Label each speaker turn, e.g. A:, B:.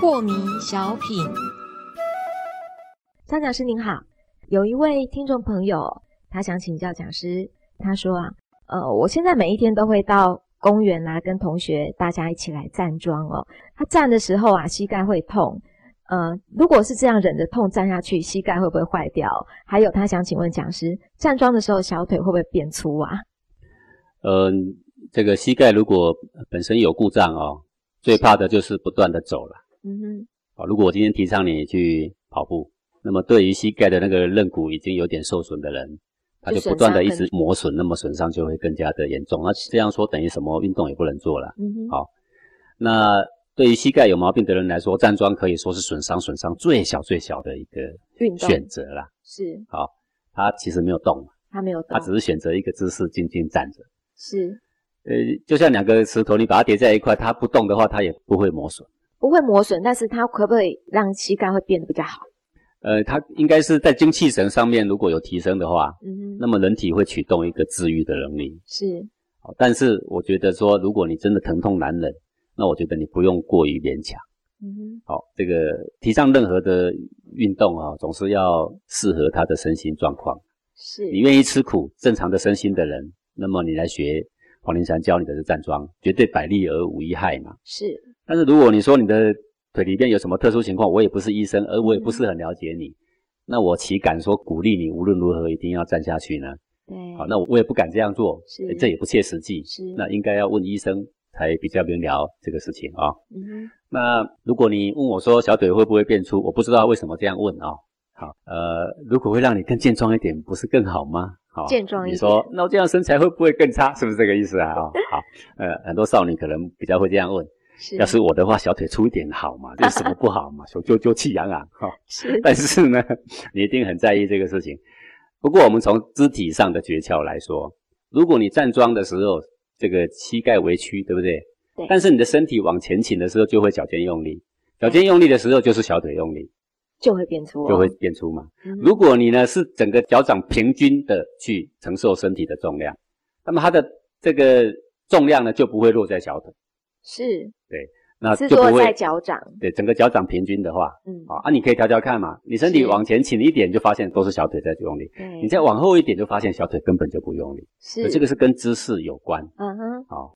A: 破迷小品，张讲师您好，有一位听众朋友，他想请教讲师，他说啊，呃，我现在每一天都会到公园啊，跟同学大家一起来站桩哦。他站的时候啊，膝盖会痛，呃，如果是这样忍着痛站下去，膝盖会不会坏掉？还有，他想请问讲师，站桩的时候小腿会不会变粗啊？
B: 呃，这个膝盖如果本身有故障哦，最怕的就是不断的走了。
A: 嗯哼，
B: 啊，如果我今天提倡你去跑步，那么对于膝盖的那个韧骨已经有点受损的人，他就
A: 就
B: 不
A: 损
B: 断的
A: 伤
B: 一
A: 更
B: 直磨损，那么损伤就会更加的严重。那这样说等于什么运动也不能做了。
A: 嗯哼，
B: 好那对于膝盖有毛病的人来说，站桩可以说是损伤损伤最小最小的一个
A: 运动
B: 选择啦。
A: 是
B: 他其实没有动，
A: 他没有动
B: 他，只是选择一个姿势静静站着。
A: 是
B: 呃，就像两个石头，你把它叠在一块，它不动的话，它也不会磨损。
A: 不会磨损，但是他可不可以让膝盖会变得比较好？
B: 呃，它应该是在精气神上面如果有提升的话，
A: 嗯
B: 那
A: 哼，
B: 么人体会启动一个治愈的能力。
A: 是
B: 好但是我觉得说，如果你真的疼痛难忍，那我觉得你不用过于勉强。
A: 嗯哼，
B: 好、这个提倡任何的运动啊、总是要适合他的身心状况。
A: 是
B: 你愿意吃苦，正常的身心的人，那么你来学黄庭山教你的这站桩，绝对百利而无一害嘛。
A: 是
B: 但是如果你说你的腿里边有什么特殊情况，我也不是医生，而我也不是很了解
A: 嗯
B: 你，那我岂敢说鼓励你无论如何一定要站下去呢？
A: 对，
B: 好，那我也不敢这样做
A: 嗯是，
B: 这也不切实际。
A: 是
B: 那应该要问医生才比较明了这个事情啊、
A: 嗯哼，
B: 那如果你问我说小腿会不会变粗，我不知道为什么这样问啊、好，呃，如果会让你更健壮一点，不是更好吗？好、
A: 健壮一点
B: 你说那我这样身材会不会更差？是不是这个意思啊？哦、好，呃，很多少女可能比较会这样问。
A: 是
B: 要是我的话，小腿粗一点好 嘛，有什么不好嘛？小就就气洋洋哈、
A: 是
B: 但是呢， 你一定很在意这个事情。不过，我们从肢体上的诀窍来说，如果你站桩的时候，这个膝盖微屈，对不对？
A: 对
B: 但是你的身体往前倾的时候，就会脚尖用力。脚尖用力的时候，就是小腿用力，
A: 就会变粗哦，
B: 就会变粗嘛。
A: 嗯哼
B: 如果你呢是整个脚掌平均的去承受身体的重量，那么它的这个重量呢就不会落在小腿，
A: 是
B: 那
A: 是
B: 就不
A: 落
B: 会
A: 在脚掌，
B: 对整个脚掌平均的话，
A: 嗯，
B: 好啊，你可以调调看嘛。你身体
A: 是
B: 往前倾一点，就发现都是小腿在用力；
A: 对，
B: 你再往后一点，就发现小腿根本就不用力。
A: 是
B: 这个是跟姿势有关。
A: 嗯哼，
B: 好、哦，